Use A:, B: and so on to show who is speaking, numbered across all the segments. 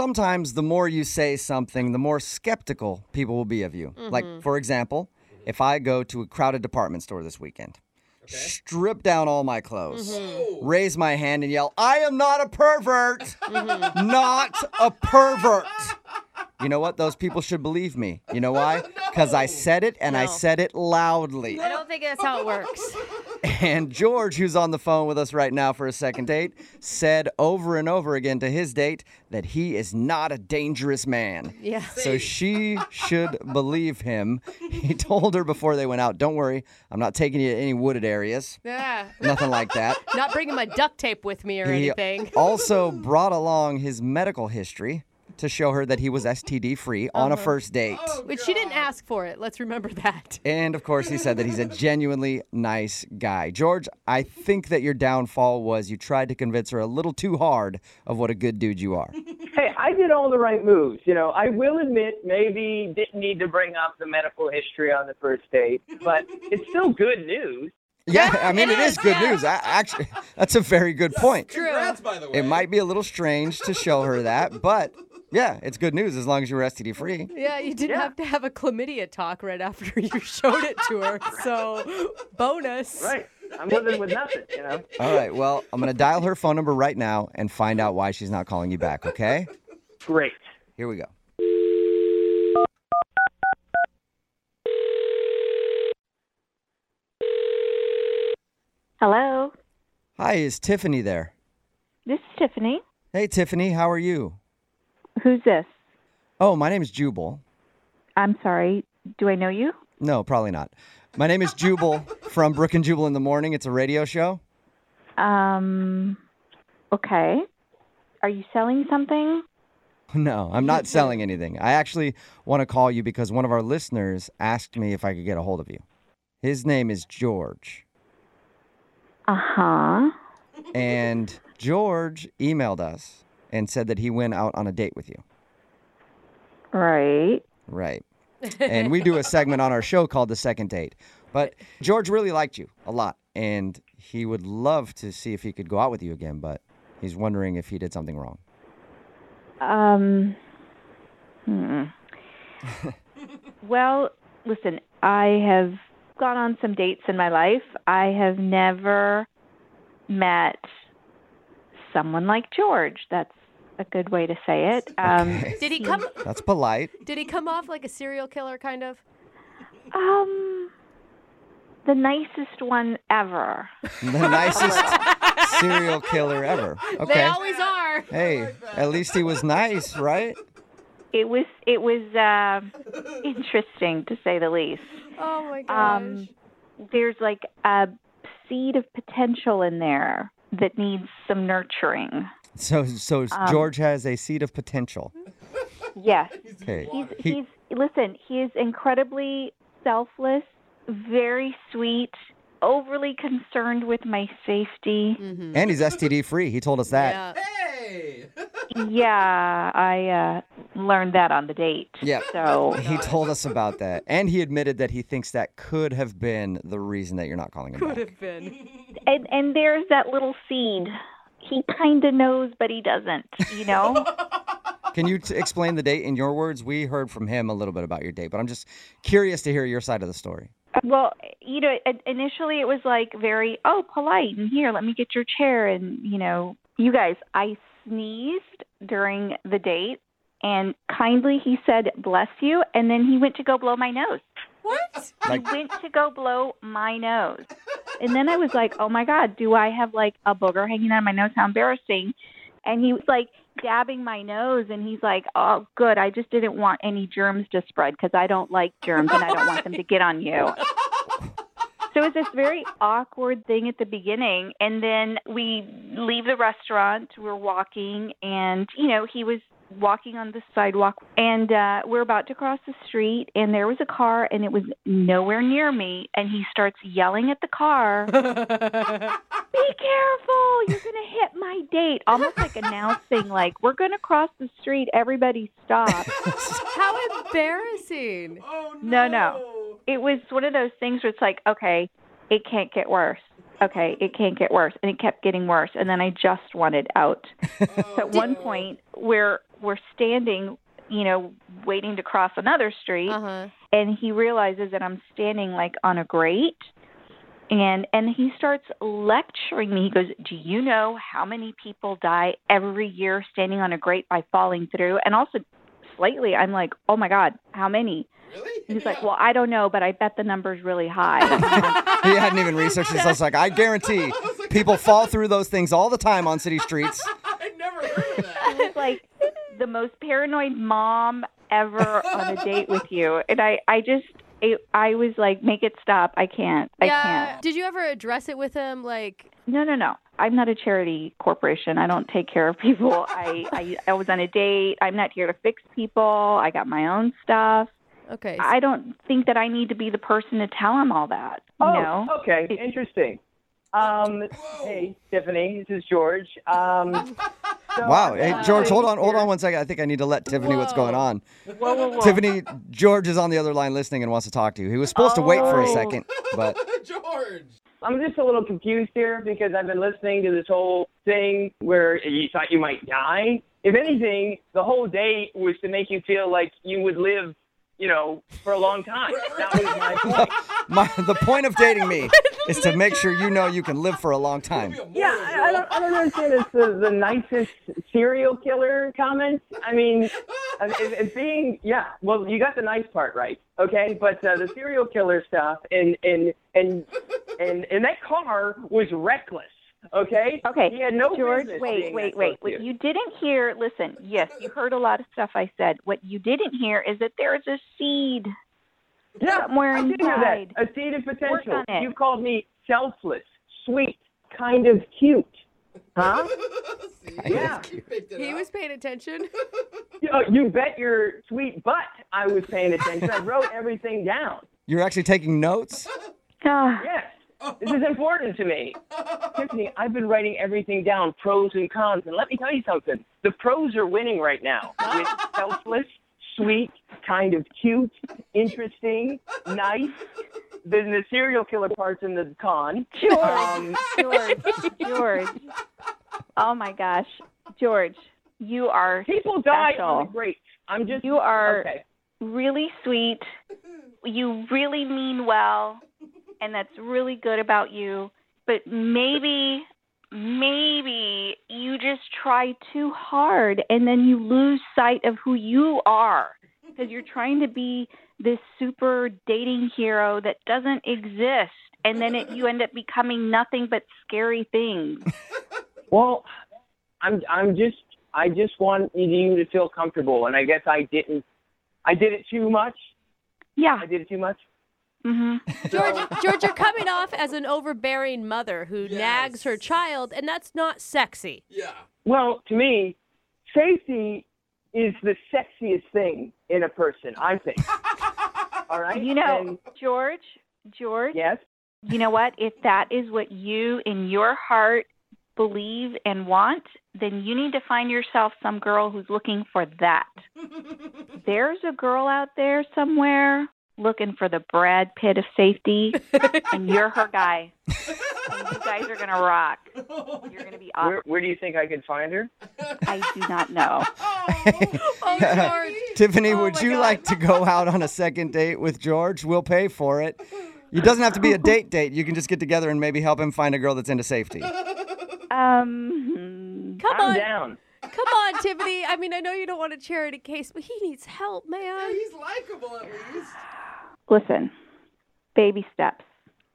A: Sometimes the more you say something, the more skeptical people will be of you. Like, for example, if I go to a crowded department store this weekend, strip down all my clothes, raise my hand and yell, I am not a pervert, not a pervert. You know what? Those people should believe me. You know why? Because I said it and I
B: No.
A: said it loudly.
B: I don't think that's how it works.
A: And George, who's on the phone with us right now for a second date, said over and over again to his date that he is not a dangerous man.
B: Yeah.
A: So she should believe him. He told her before they went out, don't worry, I'm not taking you to any wooded areas,
B: Yeah.
A: nothing like that.
B: Not bringing my duct tape with me or
A: He
B: anything.
A: also brought along his medical history to show her that he was STD free on a
B: Uh-huh.
A: first date.
B: But she didn't ask for it. Let's remember that.
A: And of course, he said that he's a genuinely nice guy. George, I think that your downfall was you tried to convince her a little too hard of what a good dude you are.
C: Hey, I did all the right moves. You know, I will admit maybe didn't need to bring up the medical history on the first date, but it's still good news.
A: Yeah, I mean, it is good news. I, actually, that's a very good point.
D: Congrats, by the way.
A: It might be a little strange to show her that, but yeah, it's good news as long as you were STD free.
B: Yeah, you didn't have to have a chlamydia talk right after you showed it to her. So, bonus.
C: Right. I'm living with nothing, you know.
A: All right, well, I'm going to dial her phone number right now and find out why she's not calling you back, okay?
C: Great.
A: Here we go.
E: Hello,
A: Hi, is Tiffany there?
E: this is Tiffany.
A: Hey, Tiffany, how are you?
E: Who's this?
A: Oh, my name is Jubal.
E: I'm sorry. Do I know you?
A: No, probably not. My name is Jubal from Brook and Jubal in the Morning. It's a radio show.
E: Um, okay. Are you selling something?
A: No, I'm not selling anything. I actually want to call you because one of our listeners asked me if I could get a hold of you. His name is George.
E: Uh huh.
A: And George emailed us and said that he went out on a date with you.
E: Right.
A: Right. And we do a segment on our show called The Second Date. But George really liked you a lot. And he would love to see if he could go out with you again, but he's wondering if he did something wrong.
E: Um, hmm. well, listen, I have gone on some dates in my life. I have never met someone like George. That's a good way to say it. Um,
B: Did he come
A: That's polite.
B: did he come off like a serial killer kind of?
E: Um, the nicest one ever.
A: The nicest serial killer ever.
B: They
A: Okay.
B: always are.
A: Hey, at least he was nice, right?
E: It was it was uh, interesting to say the least.
B: Oh my gosh.
E: Um, there's like a seed of potential in there that needs some nurturing.
A: So, so
B: Um,
A: George has a seed of potential.
E: Yes,
A: Okay.
E: he's
A: He-
E: he's listen. He is incredibly selfless, very sweet, overly concerned with my safety.
A: and he's STD free. He told us that.
B: yeah.
D: Hey!
E: Yeah, I uh, learned that on the date.
A: Yep.
E: So
A: He told us about that. And he admitted that he thinks that could have been the reason that you're not calling him
B: Could
A: back.
B: have been.
E: and and there's that little seed. He kind of knows, but he doesn't. You know.
A: Can you t- explain the date in your words? We heard from him a little bit about your date, but I'm just curious to hear your side of the story.
E: well, you know, i- initially it was like very oh polite and here, let me get your chair and you know, you guys. I sneezed during the date, and kindly he said bless you, and then he went to go blow my nose.
B: What?
E: He
A: Like-
E: went to go blow my nose. And then I was like, oh my God, do I have like a booger hanging out of my nose? How embarrassing. And he was like dabbing my nose and he's like, oh, good. I just didn't want any germs to spread because I don't like germs and I don't want them to get on you. So it's this very awkward thing at the beginning. And then we leave the restaurant, we're walking, and, you know, he was walking on the sidewalk, and uh, we're about to cross the street, and there was a car, and it was nowhere near me. And he starts yelling at the car, Be careful, you're going to hit my date. Almost like announcing, like, we're going to cross the street, everybody stop.
B: How embarrassing.
D: Oh,
E: No, no. It was one of those things where it's like, okay, it can't get worse. okay, it can't get worse, and it kept getting worse, and then I just wanted out. so at one point, we're we're standing, you know, waiting to cross another street,
B: Uh huh.
E: and he realizes that I'm standing like on a grate and and he starts lecturing me. He goes, "Do you know how many people die every year standing on a grate by falling through?" And also slightly I'm like, "Oh my god, how many?"
D: Really?
E: He's like, "Well, I don't know, but I bet the number's really high."
A: He hadn't even researched this. I was like, I guarantee people fall through those things all the time on city streets.
D: I never heard of that.
E: It's like the most paranoid mom ever on a date with you. And I I just it, I was like, "Make it stop. I can't. I can't."
B: Did you ever address it with him? Like,
E: No, no, no. I'm not a charity corporation. I don't take care of people. I, I, I was on a date. I'm not here to fix people. I got my own stuff.
B: okay.
E: I don't think that I need to be the person to tell him all that. You
C: Oh,
E: know?
C: okay, interesting. Um, hey, Tiffany, this is George. Um, so
A: Wow.
C: I'm
A: Hey,
C: actually
A: George, hold on, hold
C: here-
A: on one second. I think I need to let Tiffany what's going on.
E: Whoa, whoa, whoa.
A: Tiffany, George is on the other line listening and wants to talk to you. He was supposed to wait for a
E: Oh.
A: second, but
D: George.
C: I'm just a little confused here because I've been listening to this whole thing where you thought you might die. If anything, the whole date was to make you feel like you would live, you know, for a long time. That was my point.
A: my, the point of dating me is to make sure you know you can live for a long time.
D: Be a moral,
C: Yeah, I, I,
D: bro.
C: don't, I don't understand this, the, the nicest serial killer comment. I mean, I mean, it, it being, yeah, well, you got the nice part right, okay? But uh, the serial killer stuff and, and, and, and, and that car was reckless, okay?
E: Okay,
C: He had no
E: George,
C: Oh, business
E: wait,
C: being
E: wait,
C: that
E: wait.
C: close to
E: What you didn't hear, listen, yes, you heard a lot of stuff I said. What you didn't hear is that there is a seed.
C: Yeah,
E: somewhere
C: I did hear
E: inside.
C: that. A seed of potential.
E: Work on it.
C: You called me selfless, sweet, kind of cute. Huh?
D: See?
C: Yeah.
D: He picked it
B: he
D: up.
B: was paying attention.
C: you, oh, you bet your sweet butt I was paying attention. I wrote everything down.
A: You're actually taking notes?
E: Ah,
C: Yes. This is important to me. Tiffany, I've been writing everything down, pros and cons. And let me tell you something the pros are winning right now with selfless, sweet, kind of cute, interesting, nice. Then the serial killer part's in the con.
E: George,
C: Um,
E: George, George. Oh my gosh, George, you are
C: People die
E: Special.
C: on the great. I'm just.
E: You are
C: Okay.
E: really sweet. You really mean well, and that's really good about you. But maybe, maybe you just try too hard and then you lose sight of who you are because you're trying to be this super dating hero that doesn't exist. And then it, you end up becoming nothing but scary things.
C: Well, I'm. I'm just. I just want you to feel comfortable, and I guess I didn't. I did it too much.
E: Yeah.
C: I did it too much.
E: hmm
B: George, George, you're coming off as an overbearing mother who nags her
D: Yes.
B: child, and that's not sexy.
D: Yeah.
C: Well, to me, safety is the sexiest thing in a person. I think. All right.
E: You know,
C: And-
E: George, George,
C: yes.
E: you know what? If that is what you in your heart believe and want, then you need to find yourself some girl who's looking for that. There's a girl out there somewhere looking for the Brad Pitt of safety, and you're her guy. And you guys are going to rock. You're going to be awesome.
C: Where, where do you think I could find her?
E: I do not know.
B: Oh, George.
A: Tiffany,
B: Oh
A: would
B: my
A: you
B: God.
A: like to go out on a second date with George? We'll pay for it. It doesn't have to be a date date. You can just get together and maybe help him find a girl that's into safety.
E: Um,
B: Come
C: I'm
B: on,
C: down.
B: come on, Tiffany. I mean, I know you don't want a charity case, but he needs help, man.
D: He's likable at least.
E: listen, baby steps.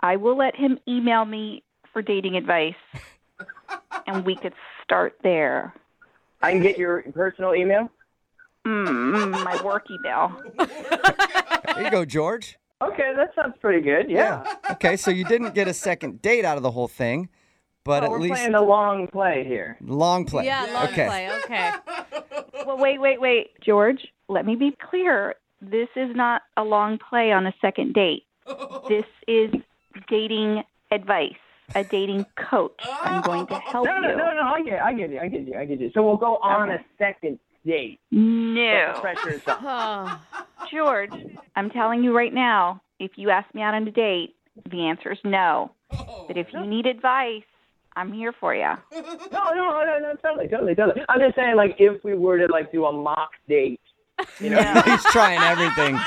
E: I will let him email me for dating advice, and we could start there.
C: I can get your personal email.
E: Mm, mm, my work email.
A: There you go, George.
C: Okay, that sounds pretty good. Yeah.
A: Okay, so you didn't get a second date out of the whole thing, but
C: Oh, We're
A: at least
C: playing a long play here.
A: long play.
B: Yeah, long
A: okay.
B: play. Okay.
E: Well, wait, wait, wait. George, let me be clear. This is not a long play on a second date. This is dating advice, a dating coach. I'm going to help
C: No, no,
E: you.
C: no, no. I get, I get you. I get you. I get you. So we'll go on a second date.
E: No.
C: Pressure is off.
B: Oh,
E: George, I'm telling you right now, if you ask me out on a date, the answer is no. But if you need advice, I'm here for you.
C: No, no, no, no, totally, totally, totally. I'm just saying, like, if we were to like do a mock date, you know,
A: He's trying everything.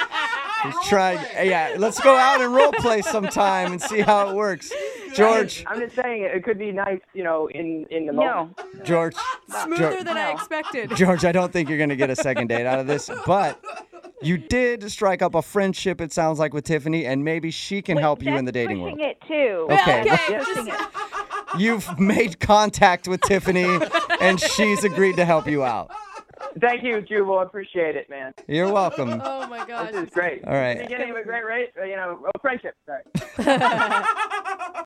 A: He's trying. Yeah, let's go out and role play sometime and see how it works. George,
C: I'm just saying it could be nice, you know, in in the
E: No.
C: moment.
A: George,
B: Smoother
A: Geor-
B: than I expected.
A: George, I don't think you're going to get a second date out of this, but you did strike up a friendship, it sounds like, with Tiffany, and maybe she can
E: Wait,
A: help you in
E: that's
A: the dating
E: pushing
A: world.
E: it too.
A: Okay.
B: okay.
C: Yes.
B: just-
A: You've made contact with Tiffany, and she's agreed to help you out.
C: Thank you, Jubal. I appreciate it, man.
A: You're welcome.
B: oh my gosh.
C: This is great.
A: All right.
C: Beginning of a great, rate, you know, a friendship. Sorry.